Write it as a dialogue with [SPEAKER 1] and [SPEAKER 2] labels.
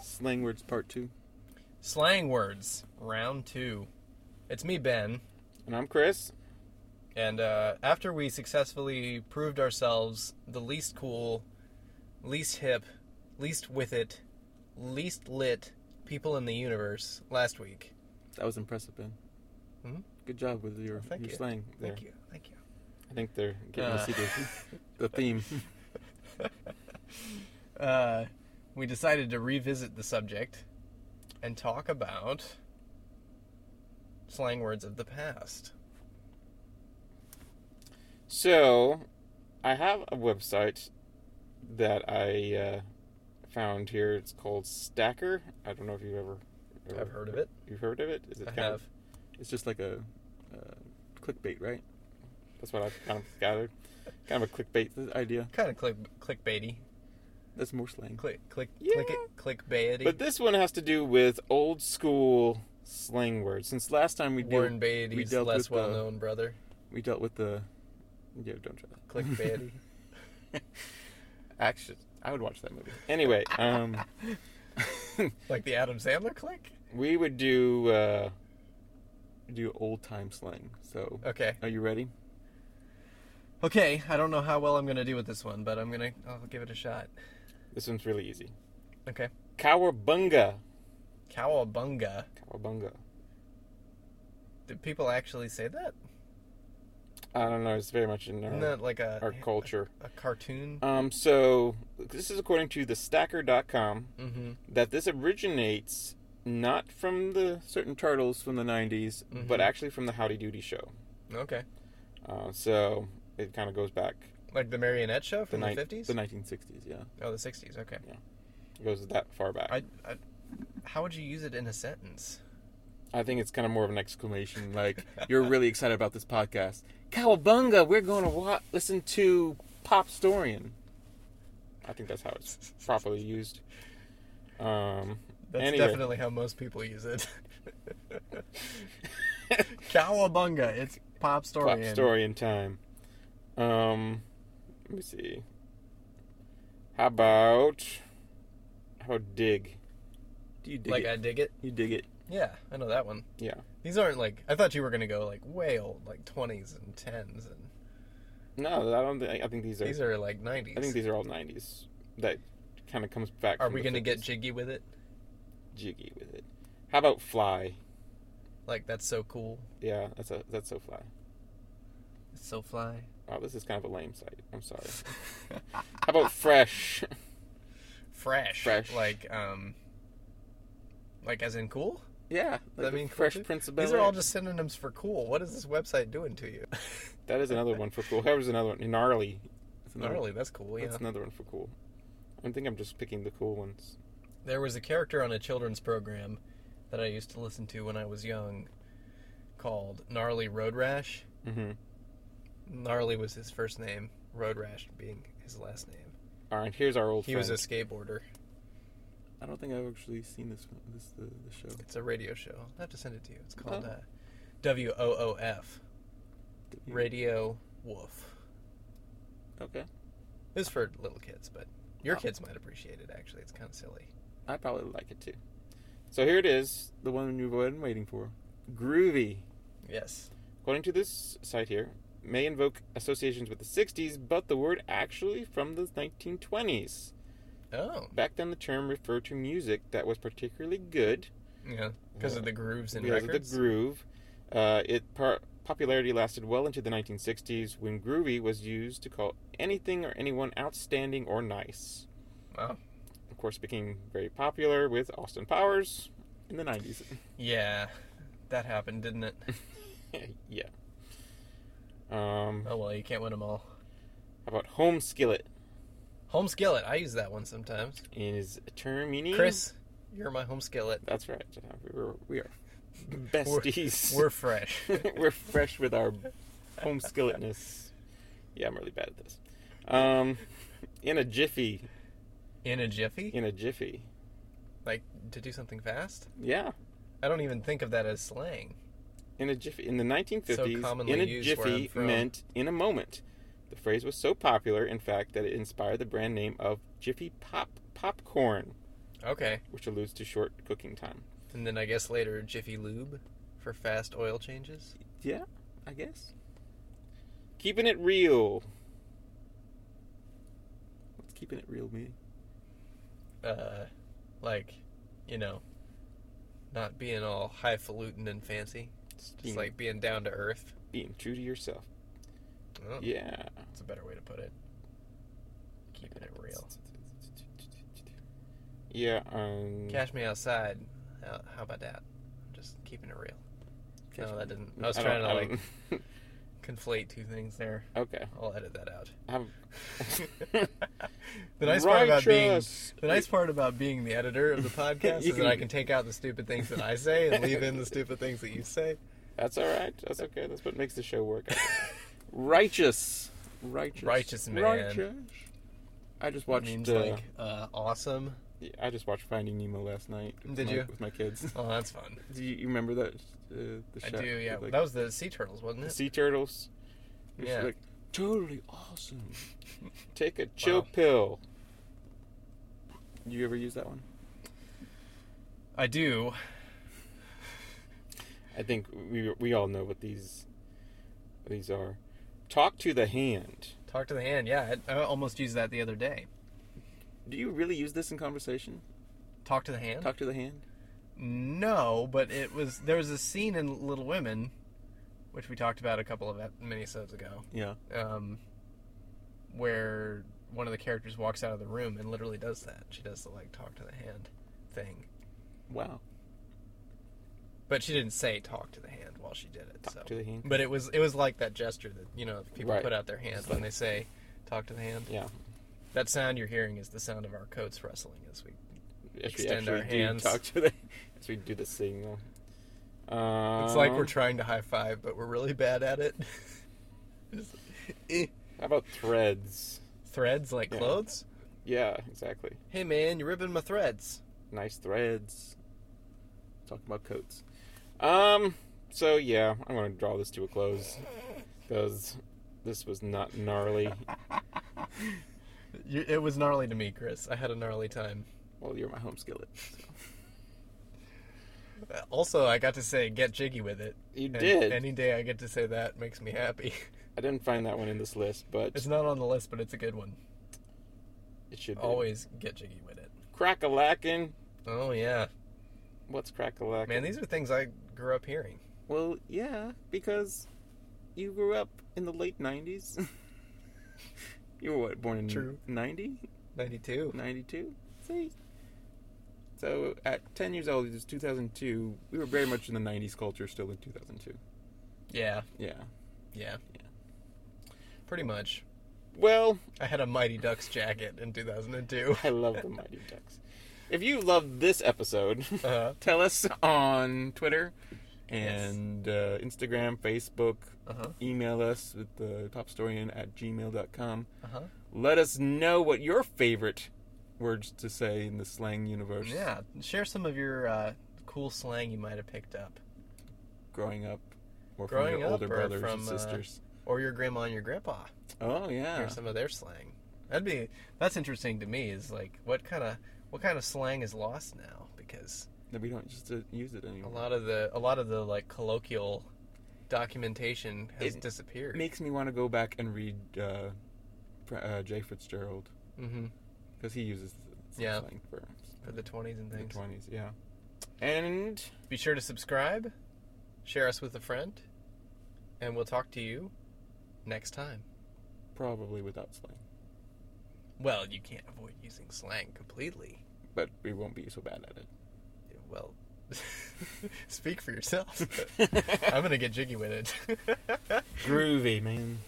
[SPEAKER 1] Slang words part two.
[SPEAKER 2] Slang words, round two. It's me, Ben,
[SPEAKER 1] And I'm Chris.
[SPEAKER 2] and uh, after we successfully proved ourselves the least cool, least hip, least with it, least lit people in the universe last week.
[SPEAKER 1] That was impressive, Ben.
[SPEAKER 2] Mhm.
[SPEAKER 1] Good job with your,
[SPEAKER 2] thank
[SPEAKER 1] your
[SPEAKER 2] you.
[SPEAKER 1] slang there.
[SPEAKER 2] Thank you, thank you.
[SPEAKER 1] I think they're getting
[SPEAKER 2] Uh.
[SPEAKER 1] to see the, the theme.
[SPEAKER 2] Uh, we decided to revisit the subject and talk about slang words of the past.
[SPEAKER 1] So, I have a website that I uh, found here. It's called Stacker. I don't know if you've ever, ever
[SPEAKER 2] I've heard of it.
[SPEAKER 1] You've heard of it? Is it
[SPEAKER 2] I
[SPEAKER 1] kind
[SPEAKER 2] have.
[SPEAKER 1] of It's just like a uh, clickbait, right? That's what I've kind of gathered. Kind of a clickbait idea.
[SPEAKER 2] Kind of click clickbaity.
[SPEAKER 1] That's more slang.
[SPEAKER 2] Click click
[SPEAKER 1] Yeah.
[SPEAKER 2] click it clickbaity.
[SPEAKER 1] But this one has to do with old school slang words. Since last time we
[SPEAKER 2] Warren
[SPEAKER 1] did, we
[SPEAKER 2] Beatty's
[SPEAKER 1] dealt
[SPEAKER 2] less
[SPEAKER 1] with the-
[SPEAKER 2] well known brother.
[SPEAKER 1] we dealt with the. Yeah, don't try that.
[SPEAKER 2] Click Beatty.
[SPEAKER 1] Actually, I would watch that movie. Anyway, um,
[SPEAKER 2] like the Adam Sandler click?
[SPEAKER 1] we would do uh, do old time slang. So,
[SPEAKER 2] Okay.
[SPEAKER 1] are you ready?
[SPEAKER 2] Okay, I don't know how well I'm gonna do with this one, but I'm gonna I'll give it a shot.
[SPEAKER 1] This one's really easy.
[SPEAKER 2] Okay.
[SPEAKER 1] Cowabunga.
[SPEAKER 2] Cowabunga.
[SPEAKER 1] Cowabunga.
[SPEAKER 2] Do people actually say that?
[SPEAKER 1] I don't know. It's very much in
[SPEAKER 2] Isn't
[SPEAKER 1] our,
[SPEAKER 2] that like a
[SPEAKER 1] Mm. our culture.
[SPEAKER 2] a cartoon?
[SPEAKER 1] Um, so this is according to thestacker.com
[SPEAKER 2] mm-hmm.
[SPEAKER 1] that this originates not from the certain turtles from the 90s, but
[SPEAKER 2] Mhm.
[SPEAKER 1] actually from the Howdy Doody show.
[SPEAKER 2] Okay.
[SPEAKER 1] Uh, so it kind of goes back
[SPEAKER 2] Like the marionette show
[SPEAKER 1] the,
[SPEAKER 2] from the
[SPEAKER 1] ni-
[SPEAKER 2] fifties?
[SPEAKER 1] the 1960s. Yeah,
[SPEAKER 2] oh, the sixties. Okay.
[SPEAKER 1] it goes that far back.
[SPEAKER 2] I, I, how would you use it in a sentence?
[SPEAKER 1] I think it's kind of more of an exclamation, like you're really excited about this podcast. Cowabunga! We're going to wa- listen to Pop Storian. I think that's how it's properly used. Um,
[SPEAKER 2] That's
[SPEAKER 1] Anyway.
[SPEAKER 2] definitely how most people use it. Cowabunga! It's pop story.
[SPEAKER 1] Pop story in time. Um, let me see. How about how about dig? Do you dig
[SPEAKER 2] Like
[SPEAKER 1] it?
[SPEAKER 2] I dig it.
[SPEAKER 1] you dig it?
[SPEAKER 2] Yeah, I know that one.
[SPEAKER 1] Yeah.
[SPEAKER 2] These aren't like I thought you were gonna go like way old, like twenties and tens, and
[SPEAKER 1] No, I don't. Think, I think these are,
[SPEAKER 2] these are like nineties.
[SPEAKER 1] I think these are all nineties. That kind of comes back.
[SPEAKER 2] Are
[SPEAKER 1] from
[SPEAKER 2] we
[SPEAKER 1] the
[SPEAKER 2] gonna get
[SPEAKER 1] 50s.
[SPEAKER 2] jiggy with it?
[SPEAKER 1] jiggy with it? How about fly?
[SPEAKER 2] Like that's so cool,
[SPEAKER 1] Yeah, that's a that's so fly.
[SPEAKER 2] it's so fly.
[SPEAKER 1] Wow, this is kind of a lame site. I'm sorry. How about fresh?
[SPEAKER 2] Fresh,
[SPEAKER 1] Fresh.
[SPEAKER 2] Like um, like as in cool.
[SPEAKER 1] yeah,
[SPEAKER 2] Does that
[SPEAKER 1] the
[SPEAKER 2] mean cool
[SPEAKER 1] fresh
[SPEAKER 2] too?
[SPEAKER 1] Prince of
[SPEAKER 2] These
[SPEAKER 1] Bel-Air.
[SPEAKER 2] are all just synonyms for cool. What is this website doing to you?
[SPEAKER 1] That is another one for cool. How was another one? Gnarly. That's another-
[SPEAKER 2] Gnarly, that's cool. Yeah.
[SPEAKER 1] That's another one for cool. I think I'm just picking the cool ones.
[SPEAKER 2] There was a character on a children's program that I used to listen to when I was young called Gnarly Road Rash.
[SPEAKER 1] Mm-hmm.
[SPEAKER 2] Gnarly was his first name, Road Rash being his last name.
[SPEAKER 1] All right, here's our old.
[SPEAKER 2] He was a skateboarder.
[SPEAKER 1] I I don't think I've actually seen this one, this the, the show.
[SPEAKER 2] It's a radio show. I'll have to send it to you. It's called
[SPEAKER 1] Oh.
[SPEAKER 2] uh, WOOF, Radio Wolf.
[SPEAKER 1] Okay,
[SPEAKER 2] It was for little kids, but your
[SPEAKER 1] Oh.
[SPEAKER 2] kids might appreciate it, actually. It's kind of silly.
[SPEAKER 1] I probably like it too. So here it is, the one you've been waiting for, groovy.
[SPEAKER 2] Yes.
[SPEAKER 1] According to this site here, may invoke associations with the '60s, but the word actually from the 1920s.
[SPEAKER 2] Oh,
[SPEAKER 1] Back then, the term referred to music that was particularly good
[SPEAKER 2] yeah. Because of the grooves in
[SPEAKER 1] because
[SPEAKER 2] records.
[SPEAKER 1] of the groove. Uh, it par- popularity lasted well into the 1960s when groovy was used to call anything or anyone outstanding or nice.
[SPEAKER 2] Wow.
[SPEAKER 1] Of course, became very popular with Austin Powers in the 90s.
[SPEAKER 2] Yeah. That happened, didn't it?
[SPEAKER 1] yeah. Um, how
[SPEAKER 2] Oh, well, you can't win them all.
[SPEAKER 1] about home skillet
[SPEAKER 2] Home skillet. I use that one sometimes.
[SPEAKER 1] is a term meaning
[SPEAKER 2] Chris, you're my home skillet.
[SPEAKER 1] That's right. We're, we are besties.
[SPEAKER 2] We're fresh.
[SPEAKER 1] We're fresh with our home skilletness. Yeah, I'm really bad at this. Um, in a jiffy.
[SPEAKER 2] In a jiffy?
[SPEAKER 1] In a jiffy.
[SPEAKER 2] Like to do something fast?
[SPEAKER 1] Yeah,
[SPEAKER 2] I don't even think of that as slang.
[SPEAKER 1] in a jiffy. In the 1950s,
[SPEAKER 2] commonly
[SPEAKER 1] in a
[SPEAKER 2] used where I'm
[SPEAKER 1] jiffy
[SPEAKER 2] from.
[SPEAKER 1] meant in a moment. The phrase was so popular, in fact, that it inspired the brand name of Jiffy Pop popcorn.
[SPEAKER 2] Okay.
[SPEAKER 1] which alludes to short cooking time.
[SPEAKER 2] And then I guess later Jiffy Lube for fast oil changes.
[SPEAKER 1] Yeah, I guess. Keeping it real. What's keeping it real mean?
[SPEAKER 2] Uh, like, you know, not being all highfalutin and fancy. Just
[SPEAKER 1] Being-
[SPEAKER 2] like being down to earth.
[SPEAKER 1] being true to yourself.
[SPEAKER 2] Oh,
[SPEAKER 1] Yeah.
[SPEAKER 2] That's a better way to put it. Keeping it real.
[SPEAKER 1] Yeah. Um,
[SPEAKER 2] Cash me outside. How, how about that? Just keeping it real.
[SPEAKER 1] cash-
[SPEAKER 2] no, that didn't. I was
[SPEAKER 1] don't-
[SPEAKER 2] trying to
[SPEAKER 1] I
[SPEAKER 2] like
[SPEAKER 1] don't-
[SPEAKER 2] conflate two things there.
[SPEAKER 1] okay.
[SPEAKER 2] I'll edit that out.
[SPEAKER 1] I'm
[SPEAKER 2] the nice part about being
[SPEAKER 1] Righteous.
[SPEAKER 2] the nice part about being the editor of the podcast
[SPEAKER 1] You
[SPEAKER 2] is that I
[SPEAKER 1] can-
[SPEAKER 2] can take out the stupid things that I say and leave in the stupid things that you say.
[SPEAKER 1] That's all right. That's
[SPEAKER 2] Uh,
[SPEAKER 1] okay. That's what makes the show work. Righteous. Righteous.
[SPEAKER 2] Righteous man.
[SPEAKER 1] Righteous. I just watched.
[SPEAKER 2] means
[SPEAKER 1] uh,
[SPEAKER 2] like uh, awesome.
[SPEAKER 1] yeah, I just watched Finding Nemo last night. with
[SPEAKER 2] Did
[SPEAKER 1] my-
[SPEAKER 2] you?
[SPEAKER 1] with my kids?
[SPEAKER 2] Oh, that's fun.
[SPEAKER 1] Do you, you remember that? Uh, the
[SPEAKER 2] I
[SPEAKER 1] show?
[SPEAKER 2] do. Yeah,
[SPEAKER 1] Like,
[SPEAKER 2] that was the sea turtles, wasn't
[SPEAKER 1] the
[SPEAKER 2] it?
[SPEAKER 1] sea turtles. It's
[SPEAKER 2] Yeah.
[SPEAKER 1] Like, totally awesome. Take a chill pill. You ever use that one?
[SPEAKER 2] I do.
[SPEAKER 1] I think we we all know what these these are. Talk to the hand.
[SPEAKER 2] Talk to the hand. Yeah, I, I almost used that the other day.
[SPEAKER 1] Do you really use this in conversation?
[SPEAKER 2] Talk to the hand.
[SPEAKER 1] Talk to the hand.
[SPEAKER 2] No, but it was there was a scene in Little Women, which we talked about a couple of minisodes ago,
[SPEAKER 1] Yeah.
[SPEAKER 2] um, where one of the characters walks out of the room and literally does that. She does the like talk to the hand thing,
[SPEAKER 1] Wow.
[SPEAKER 2] but she didn't say talk to the hand while she did it.
[SPEAKER 1] Talk
[SPEAKER 2] so,
[SPEAKER 1] to the hand.
[SPEAKER 2] but it was it was like that gesture that you know people
[SPEAKER 1] Right.
[SPEAKER 2] put out their hand when they say talk to the hand.
[SPEAKER 1] Yeah.
[SPEAKER 2] That sound you're hearing is the sound of our coats wrestling as we
[SPEAKER 1] As we
[SPEAKER 2] Extend our
[SPEAKER 1] actually do
[SPEAKER 2] hands.
[SPEAKER 1] Talk to the. As we do the signal. Um,
[SPEAKER 2] It's like we're trying to high five, but we're really bad at it. It's like, eh.
[SPEAKER 1] How about threads?
[SPEAKER 2] threads like
[SPEAKER 1] Yeah.
[SPEAKER 2] clothes?
[SPEAKER 1] Yeah. Exactly.
[SPEAKER 2] Hey man, you're ripping my threads.
[SPEAKER 1] nice threads. Talking about coats. Um. So yeah, I'm gonna draw this to a close because this was not gnarly.
[SPEAKER 2] You, it was gnarly to me, Chris. I had a gnarly time.
[SPEAKER 1] well, you're my home skillet. so.
[SPEAKER 2] Uh, Also, I got to say, get jiggy with it.
[SPEAKER 1] You
[SPEAKER 2] And
[SPEAKER 1] did.
[SPEAKER 2] Any day I get to say that makes me happy.
[SPEAKER 1] I didn't find that one in this list, but
[SPEAKER 2] It's not on the list, but it's a good one.
[SPEAKER 1] it should be.
[SPEAKER 2] Always get jiggy with it.
[SPEAKER 1] crack a lacking.
[SPEAKER 2] Oh yeah,
[SPEAKER 1] What's crack a lacking?
[SPEAKER 2] man, these are things I grew up hearing.
[SPEAKER 1] Well, yeah, because you grew up in the late '90s. you were what? Born in
[SPEAKER 2] True.
[SPEAKER 1] '90,
[SPEAKER 2] Ninety-two.
[SPEAKER 1] '92. See. So at 10 years old, it was 2002. We were very much in the 90s culture still in 2002.
[SPEAKER 2] Yeah,
[SPEAKER 1] Yeah.
[SPEAKER 2] yeah, Pretty much.
[SPEAKER 1] Well,
[SPEAKER 2] I had a Mighty Ducks jacket in 2002.
[SPEAKER 1] I love the Mighty Ducks. If you love this episode,
[SPEAKER 2] Uh-huh.
[SPEAKER 1] tell us on Twitter and uh, Instagram, Facebook.
[SPEAKER 2] Uh huh.
[SPEAKER 1] Email us at the popstorian at gmail.com.
[SPEAKER 2] Uh huh.
[SPEAKER 1] Let us know what your favorite words to say in the slang universe
[SPEAKER 2] Yeah, share some of your uh, cool slang you might have picked up,
[SPEAKER 1] growing up or
[SPEAKER 2] Growing
[SPEAKER 1] from your
[SPEAKER 2] up
[SPEAKER 1] older
[SPEAKER 2] or
[SPEAKER 1] brothers
[SPEAKER 2] from,
[SPEAKER 1] and
[SPEAKER 2] uh,
[SPEAKER 1] sisters.
[SPEAKER 2] or your grandma and your grandpa.
[SPEAKER 1] oh, yeah.
[SPEAKER 2] Hear some of their slang. That'd be that's interesting to me. Is like what kind of what kind of slang is lost now because
[SPEAKER 1] That we don't just uh, use it
[SPEAKER 2] a
[SPEAKER 1] anymore.
[SPEAKER 2] lot of the a lot of the like colloquial documentation has
[SPEAKER 1] It
[SPEAKER 2] disappeared.
[SPEAKER 1] makes me want to go back and read uh, Fr- uh, J. Fitzgerald
[SPEAKER 2] hmm
[SPEAKER 1] because he uses the
[SPEAKER 2] Yeah.
[SPEAKER 1] slang for
[SPEAKER 2] for the twenties and things.
[SPEAKER 1] The 20s, yeah. And
[SPEAKER 2] Be sure to subscribe, share us with a friend, and we'll talk to you next time.
[SPEAKER 1] probably without slang.
[SPEAKER 2] Well, you can't avoid using slang completely.
[SPEAKER 1] But we won't be so bad at it.
[SPEAKER 2] Well, speak for yourself. I'm gonna get jiggy with it.
[SPEAKER 1] Groovy, man.